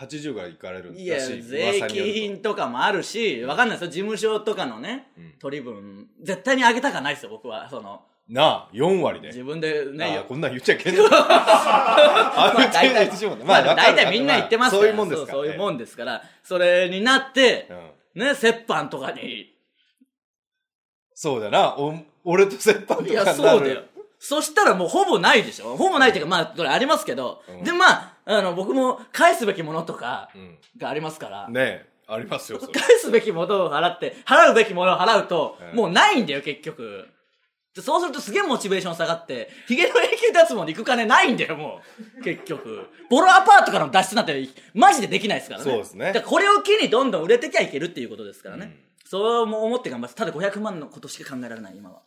Speaker 2: 80がいかれるらしい
Speaker 1: いや、税
Speaker 2: 噂によると
Speaker 1: 金とかもあるし、わかんないですよ、事務所とかのね
Speaker 2: うん、
Speaker 1: 取り分、絶対に上げたかないですよ、僕は。その、
Speaker 2: なあ、4割で。
Speaker 1: 自分でね、
Speaker 2: ああ
Speaker 1: よ
Speaker 2: こんなん言っちゃ いけんのあ
Speaker 1: まあ大体
Speaker 2: 言ってしまった
Speaker 1: まあ、
Speaker 2: わかる
Speaker 1: 大体みんな言ってますから、
Speaker 2: そういうもんですから。
Speaker 1: そうそういうもんですから、それになって
Speaker 2: う、ん
Speaker 1: ね、折半とかに。
Speaker 2: そうだな。お俺と折半とか
Speaker 1: い
Speaker 2: にな
Speaker 1: や、
Speaker 2: る。
Speaker 1: そうだよ。。そしたらもうほぼないでしょほぼないっていうか、まあ、それありますけど。
Speaker 2: うん
Speaker 1: で、まあ、あの、僕も返すべきものとか
Speaker 2: うん。
Speaker 1: がありますから。
Speaker 2: ねえ、ありますよ、それ。
Speaker 1: 返すべきものを払って、払うべきものを払うと、
Speaker 2: うん
Speaker 1: もうないんだよ、結局。でそうするとすげえモチベーション下がって、ヒゲの永久脱毛に行く金ないんだよ、もう。結局。ボロアパートからの脱出なんて、マジでできないですからね。
Speaker 2: そうですね
Speaker 1: だからこれを機にどんどん売れてきゃいけるっていうことですからね。
Speaker 2: うん
Speaker 1: そうも思って頑張って、ただ500万のことしか考えられない、今は。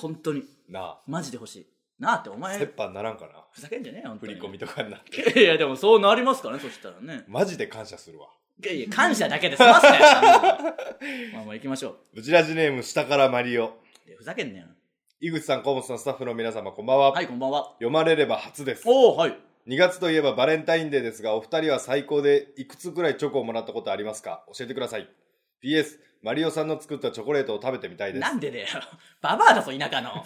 Speaker 1: 本当に。
Speaker 2: な
Speaker 1: マジで欲しい。なあって、お
Speaker 2: あ、
Speaker 1: 前
Speaker 2: 折、半ならんかな。
Speaker 1: ふざけんじゃねえよ、本当
Speaker 2: 振
Speaker 1: に。
Speaker 2: り込みとかになって。
Speaker 1: いや、でもそうなりますからね、そしたらね。
Speaker 2: マジで感謝するわ。
Speaker 1: いやいや、感謝だけで済ます ね。まあまあ行きましょう。
Speaker 2: ブチラジネーム、下からマリオ。
Speaker 1: いやふざけんなよ。
Speaker 2: 井口さん、河本さん、スタッフの皆様、こんばんは。
Speaker 1: はい、こんばんは。
Speaker 2: 読まれれば初です。
Speaker 1: おお、はい。
Speaker 2: 2月といえばバレンタインデーですが、お二人は最高でいくつくらいチョコをもらったことありますか教えてください。PS、マリオさんの作ったチョコレートを食べてみたいです
Speaker 1: な。んでだよ。ババアだぞ、田舎の。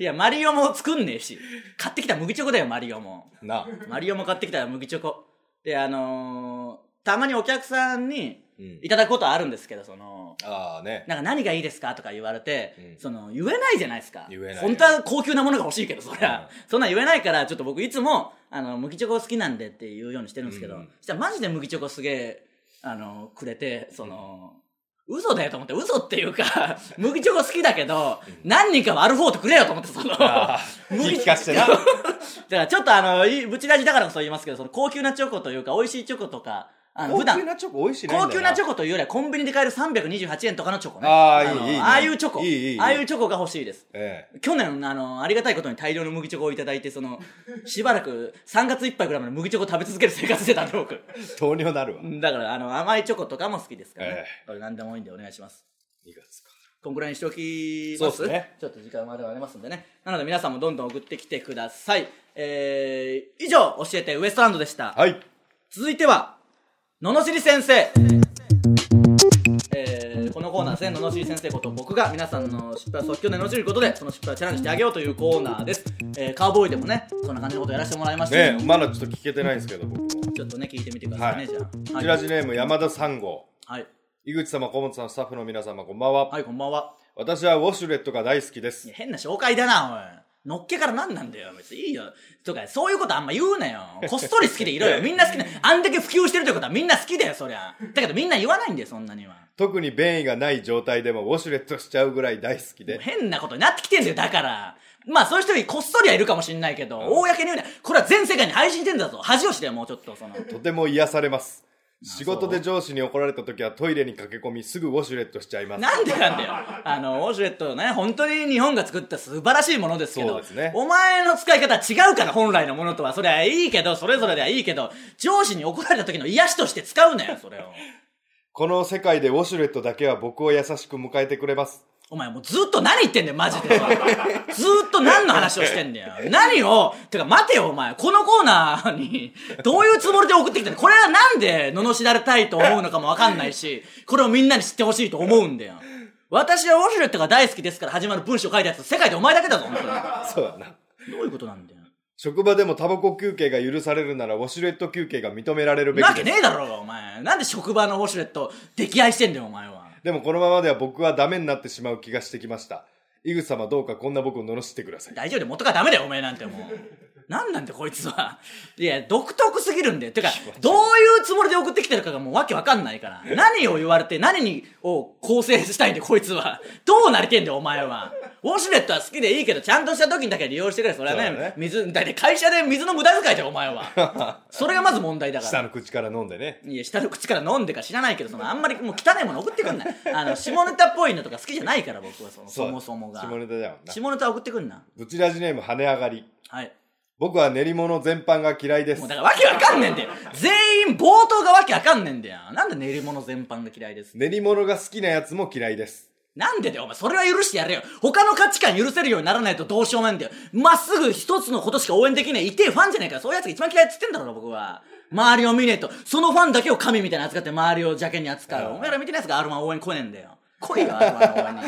Speaker 1: いや、マリオも作んねえし。買ってきた麦チョコだよ、マリオも。
Speaker 2: なあ。
Speaker 1: マリオも買ってきた麦チョコ。で、あのー、たまにお客さんに
Speaker 2: うん
Speaker 1: いただくことはあるんですけど、その、
Speaker 2: ああね。
Speaker 1: なんか何がいいですかとか言われて、
Speaker 2: うん
Speaker 1: その、言えないじゃないですか。
Speaker 2: 言えない
Speaker 1: 本当は高級なものが欲しいけど、そりゃ。
Speaker 2: う
Speaker 1: そんなん言えないから、ちょっと僕いつも、あの、麦チョコ好きなんでって言うようにしてるんですけど、
Speaker 2: う
Speaker 1: そ
Speaker 2: ん
Speaker 1: したらマジで麦チョコすげえ、あの、くれて、その、嘘だよと思って、嘘っていう か、麦チョコ好きだけど、何人かはある方とくれよと思って、その、
Speaker 2: ああ、
Speaker 1: 麦
Speaker 2: 言い聞かしてな。
Speaker 1: だからちょっとあの、いぶちラジだからこそ言いますけど、その高級なチョコというか、美味しいチョコとか、あの、
Speaker 2: 高
Speaker 1: 普段
Speaker 2: 級、なチョコ美味しいね。
Speaker 1: 高級なチョ
Speaker 2: コ。
Speaker 1: コというよりはコンビニで買える328円とかのチョコね。
Speaker 2: あーいい
Speaker 1: の
Speaker 2: いいいい
Speaker 1: ああいうチョコ。
Speaker 2: いいいいいい
Speaker 1: ああいうチョコが欲しいです。
Speaker 2: ええ。
Speaker 1: 去年、あの、ありがたいことに大量の麦チョコをいただいて、その、しばらく3月いっぱいぐらいまで麦チョコ食べ続ける生活してたん で、僕。
Speaker 2: 糖尿なるわ。2
Speaker 1: だから、あの、甘いチョコとかも好きですから、ね
Speaker 2: え。
Speaker 1: これ何でもいいんでお願いします。
Speaker 2: 月か。
Speaker 1: こんぐらいにしておきます
Speaker 2: そうですね
Speaker 1: ちょっと時間まではありますんでね。なので皆さんもどんどん送ってきてください。えー、以上、教えてウエストランドでした。
Speaker 2: はい。
Speaker 1: 続いては、ののしり先生。えー、このコーナーですね、ののしり先生こと僕が皆さんの失敗を即興でののしることで、その失敗をチャレンジしてあげようというコーナーです。えー、カウボーイでもね、そんな感じのことやらせてもらいましたけど、
Speaker 2: ねえ、まだちょっと聞けてないんですけど、僕も。
Speaker 1: ちょっとね、聞いてみてくださいね、
Speaker 2: はい
Speaker 1: じゃあ。
Speaker 2: チ
Speaker 1: は
Speaker 2: ラ
Speaker 1: い。
Speaker 2: ジネーム、山田三号。
Speaker 1: はい、
Speaker 2: 井口様、小本さん、スタッフの皆様、こんばんは。
Speaker 1: はいこんばんは。
Speaker 2: 私はウォシュレットが大好きで
Speaker 1: い
Speaker 2: す
Speaker 1: や。変な紹介だな、おい。のっけからなんなんだよ、別にいいよ。とか、そういうことあんま言うな よ。こっそり好きでいろよ。みんな好きな、あんだけ普及してるということはみんな好きだよ、そりゃ。だけどみんな言わないんだよ、そんなには。
Speaker 2: 特に便意がない状態でもウォシュレットしちゃうぐらい大好きで。
Speaker 1: 変なことになってきてんだよ、だから。まあ、そういう人にこっそりはいるかもしんないけど、公に言うな。これは全世界に配信してんだぞ。恥をしてよ、もうちょっと、そ の。
Speaker 2: とても癒されます
Speaker 1: あ
Speaker 2: 仕事で上司に怒られた時はトイレに駆け込みすぐウォシュレットしちゃいます
Speaker 1: なんでなんだよ。あの、ウォシュレットね、本当に日本が作った素晴らしいものですけ
Speaker 2: そう
Speaker 1: ど
Speaker 2: です、ね
Speaker 1: お前の使い方違うから、本来のものとは。それはいいけど、それぞれではいいけど、上司に怒られた時の癒しとして使うなよ、それを。
Speaker 2: この世界でウォシュレットだけは僕を優しく迎えてく れます
Speaker 1: お前もうずっと何言ってんだよ、マジで。ずっと何の話をしてんだよ。何を、てか待てよ、お前。このコーナーに、どういうつもりで送ってきたのこれはなんで、罵られたいと思うのかもわかんないし、これをみんなに知ってほしいと思うんだよ。私はウォシュレットが大好きですから始まる文章を書いたやつ、世界でお前だけだぞ、本
Speaker 2: そうだな
Speaker 1: 当に。どういうことなんだよ。
Speaker 2: 職場でもタバコ休憩が許されるならウォシュレット休憩が認められるべ
Speaker 1: なわ
Speaker 2: き
Speaker 1: け
Speaker 2: です
Speaker 1: ねえだろうが、お前。なんで職場のウォシュレット、溺愛してんだよ、お前は。
Speaker 2: でもこのままでは僕はダメになってしまう気がしてきました井口様どうかこんな僕を罵ってくだ さい
Speaker 1: 大丈夫で元がダメだよお前なんても うなんなんだよこいつはいや独特すぎるんだよてかどういうつもりで送ってきてるかがもうわけわかんないから何を言われて何にを構成したいんだよこいつはどうなりてんだよお前はウォシュレットは好きでいいけどちゃんとした時にだけ利用してくれそれはね
Speaker 2: そうだね
Speaker 1: 水だって会社で水の無駄遣いじゃんお前 はそれがまず問題だから
Speaker 2: 下の口から飲んでね
Speaker 1: いや、下の口から飲んでか知らないけど、その、あんまりもう汚いもの送ってくんな。あの、下ネタっぽいのとか好きじゃないから、僕は、その、
Speaker 2: う
Speaker 1: そ
Speaker 2: だ
Speaker 1: もそもが。
Speaker 2: 下ネタだよな
Speaker 1: 下ネタ送ってくんな。
Speaker 2: ブチラジネーム跳ね上がり
Speaker 1: はい。
Speaker 2: 僕は練り物全般が嫌いです
Speaker 1: もうだからわけわかんねえんだよ全員冒頭がわけわかんねえんだよなんで練り物全般が嫌いです
Speaker 2: 練り物が好きなやつも嫌いです
Speaker 1: なんでだよお前それは許してやれよ他の価値観許せるようにならないとどうしようもないんだよまっすぐ一つのことしか応援できない痛いファンじゃないからそういうやつが一番嫌いっつってんだろ僕は周りを見ねえとそのファンだけを神みたいに扱って周りを邪険に扱うお前ら見てないやつが R−1 応援来ねえんだよ来いよ、頭の上に。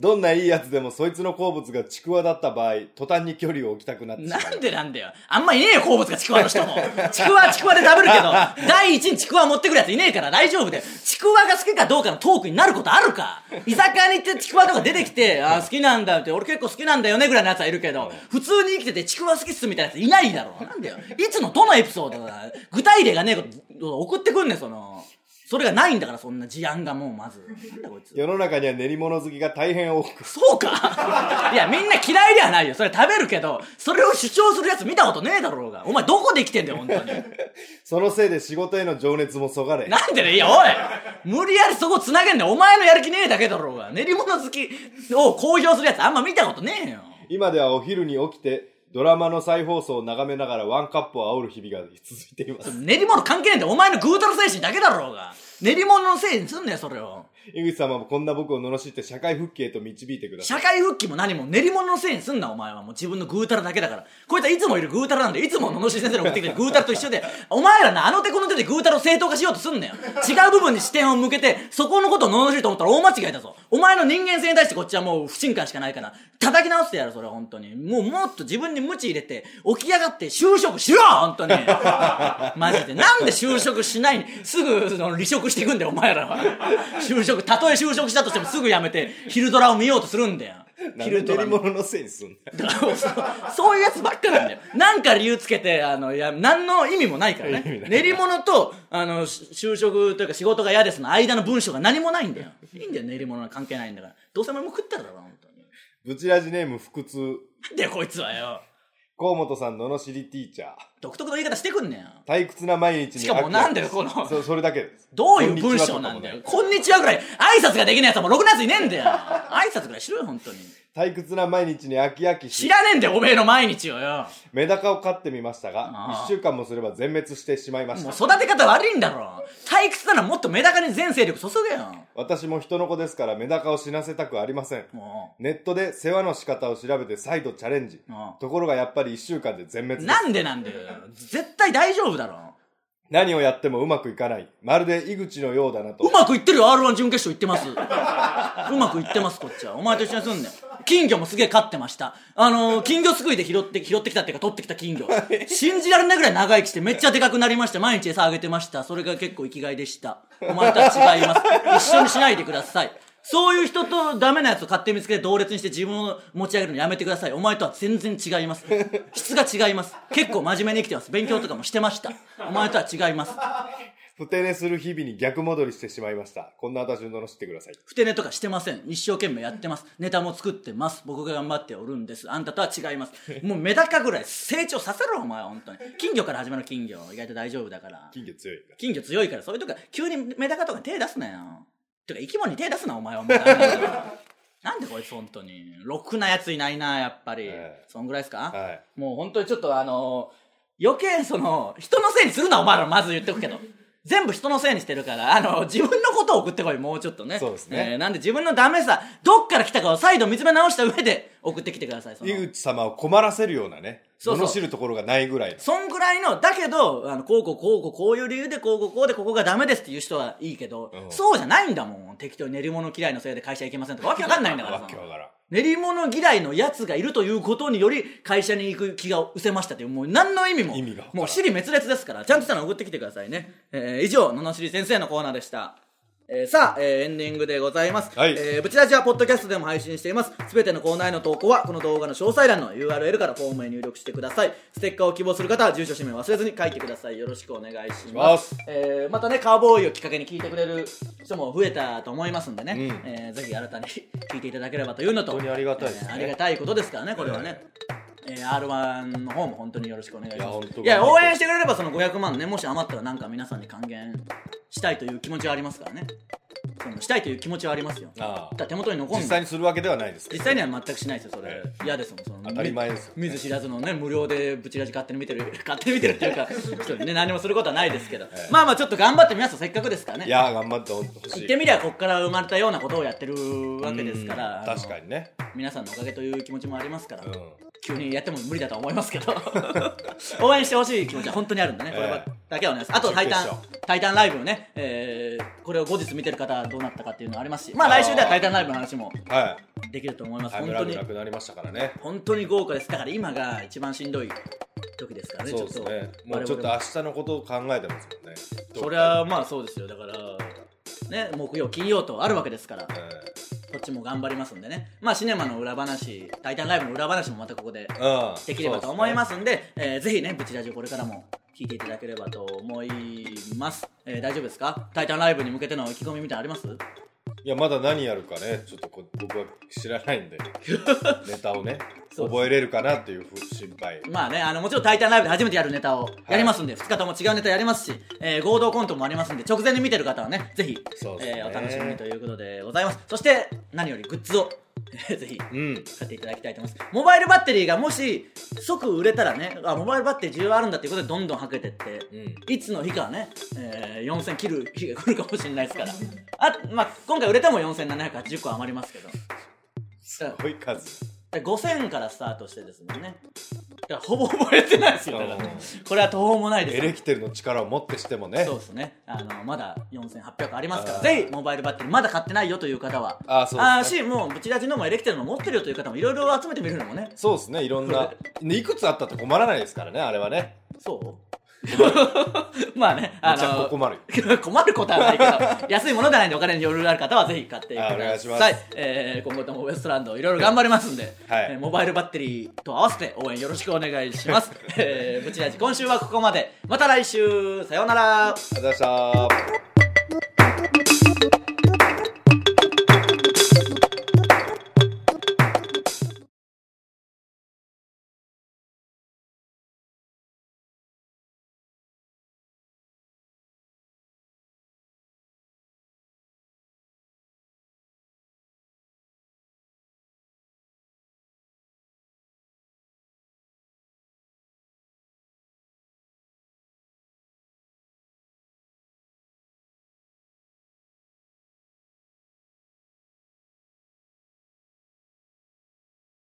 Speaker 2: どんないいやつでもそいつの好物がちくわだった場合、途端に距離を置きたくなってしま
Speaker 1: な
Speaker 2: うん
Speaker 1: でなんだよ。あんまいねえよ、好物がちくわの人も。 ちくわはちくわでダブるけ ど、第一にちくわ持ってくるやついねえから大丈夫だよ。ちくわが好きかどうかのトークになることあるか。居酒屋に行ってちくわとか出てきて、あー好きなんだよって、俺結構好きなんだよねぐらいのやつはいるけど、普通に生きててちくわ好きっすみたいなやついないだろ。なんだよ。いつのどのエピソードだ具体例がねえこと送ってくんねん、その。それがないんだから、そんな事案がもうまず。なんだこいつ。
Speaker 2: 世の中には練り物好きが大 変多く、
Speaker 1: そうかいや、みんな嫌いではないよ。それ食べるけど、それを主張するやつ見たことねえだろうが。お前どこで生きてんだよ、本当に。
Speaker 2: そのせいで仕事への情熱もそがれ、
Speaker 1: なんでね、いや、おい無理やりそこ繋げんだよ。お前のやる気ねえだけだろうが。練り物好きを公表するやつあんま見たことねえよ。
Speaker 2: 今ではお昼に起きて、ドラマの再放送を眺めながらワンカップを煽る日々が続いています。
Speaker 1: 練り物関係ねえんだよ。お前のぐうたら精神だけだろうが。練り物のせいにすんなよ、それを。
Speaker 2: 井口様もこんな僕を罵って社会復帰へと導いてください。
Speaker 1: 社会復帰も何も練り物のせいにすんなお前はもう自分のぐうたらだけだからこいつはいつもいるぐうたらなんでいつもののし先生の送ってきてるぐうたらと一緒でお前らなあの手この手でぐうたらを正当化しようとすんなよ違う部分に視点を向けてそこのことを罵ると思ったら大間違いだぞお前の人間性に対してこっちはもう不信感しかないから叩き直してやるそれは本当にもうもっと自分に無知入れて起き上がって就職しろ本 当にマジでなんで就職しないにすぐその離職していくんだよお前らは就職たとえ就職したとしてもすぐ辞めて昼ドラを見ようとするんだよ
Speaker 2: なんで練り
Speaker 1: の
Speaker 2: 物のせいにすんだよ
Speaker 1: だからそうそういうやつばっかなんだよなんか理由つけてあのいや何の意味もないからね練り物とあのし就職というか仕事が嫌ですの間の文章が何もないんだよいいんだよ練り物は関係ないんだからどうせお前も食っただろ本当に
Speaker 2: ブチラジネーム腹痛。
Speaker 1: なんだよこいつはよ
Speaker 2: 河本さん罵りティーチャー。
Speaker 1: 独特の言い方してくんねん
Speaker 2: 退屈な毎日に
Speaker 1: しかも
Speaker 2: 飽き
Speaker 1: なんだよこの
Speaker 2: そそれだけです
Speaker 1: どういう文章なんだよ。こんにちはぐらい、挨拶ができないやつはもうろくなやついねえんだよ。挨拶ぐらいしろよ、本当に。
Speaker 2: 退屈な毎日に飽き飽き
Speaker 1: 知
Speaker 2: し
Speaker 1: らねえんだよ、おめえの毎日をよ。
Speaker 2: メダカを飼ってみました
Speaker 1: あ
Speaker 2: が
Speaker 1: あ
Speaker 2: 1週間もすれば全滅してしまいまし
Speaker 1: もう
Speaker 2: た
Speaker 1: 育て方悪いんだろ。退屈ならもっとメダカに全精力注げよ。
Speaker 2: 私も人の子ですからメダカを死なせたくありません
Speaker 1: も
Speaker 2: ネットで世話の仕方を調べて再度チャレンジ
Speaker 1: ああ
Speaker 2: ところがやっぱり1週間で全
Speaker 1: う。
Speaker 2: 滅です
Speaker 1: なんでなんだよ。絶対大丈夫だろ。
Speaker 2: 何をやってもうまくいかないまるで井口のようだな
Speaker 1: う
Speaker 2: と
Speaker 1: まくいってるよ、R1 準決勝行ってます。うまくいってます、こっちは。お前と一緒にすんねん。金魚もすげえ飼ってました。あのー、金魚すくいで拾って、拾ってきたっていうか、取ってきた金魚。信じられないぐらい長生きして、めっちゃでかくなりました。毎日餌あげてました。それが結構生きがいでした。お前とは違います。一緒にしないでください。そういう人とダメなやつを勝手に見つけて同列にして自分を持ち上げるのやめてください。お前とは全然違います。質が違います。結構真面目に生きてます。勉強とかもしてました。お前とは違います。
Speaker 2: 不手寝する日々に逆戻りしてしまいましたこんな私を罵ってください
Speaker 1: ふて寝とかしてません。一生懸命やってます。ネタも作ってます。僕が頑張っておるんです。あんたとは違い ます。もうメダカぐらい成長させろ、お前、本当に。金魚から始まる金魚。意外と大丈夫だから。
Speaker 2: 金魚強いから
Speaker 1: 金魚強いから、そういうとこ急にメダカとかに手出すなよ。てか、生き物に手出すな、お前 はもう。なんでこいつ、本当に。ろくなやついないな、やっぱり。
Speaker 2: ええ
Speaker 1: そんぐらいですか、
Speaker 2: はい
Speaker 1: もう本当にちょっとあの余計その、人のせいにするな、お前ら、まず言っておくけど。全部人のせいにしてるから、あの、自分のことを送ってこい、もうちょっとね。
Speaker 2: そうですね
Speaker 1: えーなんで自分のダメさ、どっから来たかを再度見つめ直した上で送ってきてください、その。
Speaker 2: 井口様を困らせるようなね
Speaker 1: そうそう
Speaker 2: 罵るところがないぐらいの
Speaker 1: そんぐらいの、だけど、あの、こうこうこうこう、こういう理由で、こうこうこうで、ここがダメですっていう人はいいけど、
Speaker 2: うん
Speaker 1: そうじゃないんだもん。適当に練り物嫌いのせいで会社行けませんとか、わけわかんないんだから
Speaker 2: わ
Speaker 1: さ
Speaker 2: け。わからん
Speaker 1: 練り物嫌いのやつがいるということにより会社に行く気が失せましたというもう何の意味も
Speaker 2: 意味がわからん
Speaker 1: もう尻滅裂ですからちゃんとしたの送ってきてくださいね、えー以上ののしり先生のコーナーでしたえーさあ、えーエンディングでございます。
Speaker 2: はい
Speaker 1: えーブチラジはポッドキャストでも配信しています。すべてのコーナーへの投稿は、この動画の詳細欄の URL からフォームへ入力してください。ステッカーを希望する方は、住所氏名忘れずに書いてください。よろしくお願いし
Speaker 2: ま
Speaker 1: ます
Speaker 2: す。
Speaker 1: えーまたね、カウボーイをきっかけに聞いてくれる人も増えたと思いますんでね、えーぜひ新たに聞いていただければというのと、
Speaker 2: 本当にありがたいですね
Speaker 1: えーありがたいことですからね、これはね。えー、R1 の方も本当によろしくお願いし
Speaker 2: いや
Speaker 1: ま
Speaker 2: 本
Speaker 1: す。
Speaker 2: 当
Speaker 1: いや、応援してくれればその500万ね、もし余ったらなんか皆さんに還元したいという気持ちはありますからね。そのしたいという気持ちはありますよ。
Speaker 2: ああ
Speaker 1: だから手元に残
Speaker 2: 実
Speaker 1: ん
Speaker 2: 際
Speaker 1: ない。
Speaker 2: にするわけではないですけ
Speaker 1: 実
Speaker 2: ど
Speaker 1: 際には全くしないですよ、それ
Speaker 2: え。
Speaker 1: 嫌ですもん、その。
Speaker 2: 当たり前ですよ
Speaker 1: 見ず知らずのね、無料でブチラジ勝手に見てる、勝手に見てるっていう か、人にね、何もすることはないですけど。まあまあ、ちょっと頑張って皆さんせっかくですからね。
Speaker 2: いやー頑張ってほし
Speaker 1: 言っ
Speaker 2: い
Speaker 1: てみりゃここから生まれたようなことをやってるわけですから
Speaker 2: う
Speaker 1: あ
Speaker 2: ん
Speaker 1: の
Speaker 2: 確かにね
Speaker 1: 皆さんのおかげという気持ちもありますから、
Speaker 2: うん
Speaker 1: 急にやっても無理だとは思いますけ ど応援してほしい気持ちは本当にあるんでね、これだけはお願いしますあと「
Speaker 2: 準
Speaker 1: タイ
Speaker 2: 決
Speaker 1: タ
Speaker 2: 勝
Speaker 1: ン」「タイタンライブ」をね、えーこれを後日見てる方はどうなったかっていうのはありますしまあ来週では「タイタンライブ」の話も
Speaker 2: は
Speaker 1: できると思いま
Speaker 2: い。
Speaker 1: す
Speaker 2: タイ
Speaker 1: 本
Speaker 2: ム
Speaker 1: 当
Speaker 2: ラグ
Speaker 1: に
Speaker 2: なくなりましたからね。
Speaker 1: 本当に豪華ですだから今が一番しんどい時ですからね
Speaker 2: そうですね。もう
Speaker 1: 我々
Speaker 2: ちょっと明日のことを考えてますもんね。
Speaker 1: そりゃまあそうですよだからね木曜金曜とあるわけですから
Speaker 2: え
Speaker 1: こっちも頑張りますんでねまあシネマの裏話「タイタンライブ」の裏話もまたここで
Speaker 2: ーうん。。
Speaker 1: できればと思いますすんでえーぜひねブチラジオこれからも聞いていただければと思います、えー大丈夫ですか「タイタンライブ」に向けての意気込みみたいなのあります
Speaker 2: いや、まだ何やるかね、ちょっとこ僕は知らない んで、ネタをね、
Speaker 1: そうです
Speaker 2: 覚えれるかなっていうふ心配。
Speaker 1: まあね、あの、もちろんタイタンライブで初めてやるネタをやりますんで、2日とも違うネタやりますし、えー合同コントもありますんで、直前に見てる方はね、ぜひ、
Speaker 2: そうですね
Speaker 1: えーお楽しみにということでございます。そして、何よりグッズを、 えーぜひ、
Speaker 2: うん。
Speaker 1: 買っていただきたいと思います。モバイルバッテリーがもし、即売れたらね、あ、モバイルバッテリー需要あるんだっていうことで、どんどんはけてって、
Speaker 2: うん。
Speaker 1: いつの日かはね、えー4000切る日が来るかもしれないですから。あ、まあ、今回売れても4780個余りますけど。
Speaker 2: すごい数。
Speaker 1: で5000からスタートしてですもんねだからほぼ覚えてないですよだからねこれは途方もないです
Speaker 2: エレキテルの力を持ってしてもね
Speaker 1: そ、うですねあのまだ4800ありますから
Speaker 2: あー
Speaker 1: ぜひモバイルバッテリーまだ買ってないよという方は
Speaker 2: あーそうです
Speaker 1: ー
Speaker 2: ね
Speaker 1: しもうブチラジのもエレキテルのも持ってるよという方もいろいろ集めてみるのもね
Speaker 2: そうですね、いろ んな、ねいくつあったって困らないですからね、あれはね。
Speaker 1: そうまあね
Speaker 2: め
Speaker 1: あ
Speaker 2: っちゃ
Speaker 1: の
Speaker 2: 困る。
Speaker 1: 困ることはないけど安いものじゃないんでお金に余裕がある方はぜひ買ってください
Speaker 2: あお願いします
Speaker 1: えー今後ともウエストランドいろいろ頑張りますんで、
Speaker 2: はい
Speaker 1: えーモバイルバッテリーと合わせて応援よろしくお願いします、えー、ブチラジ今週はここまでまた来週さようなら
Speaker 2: ありがとうございました。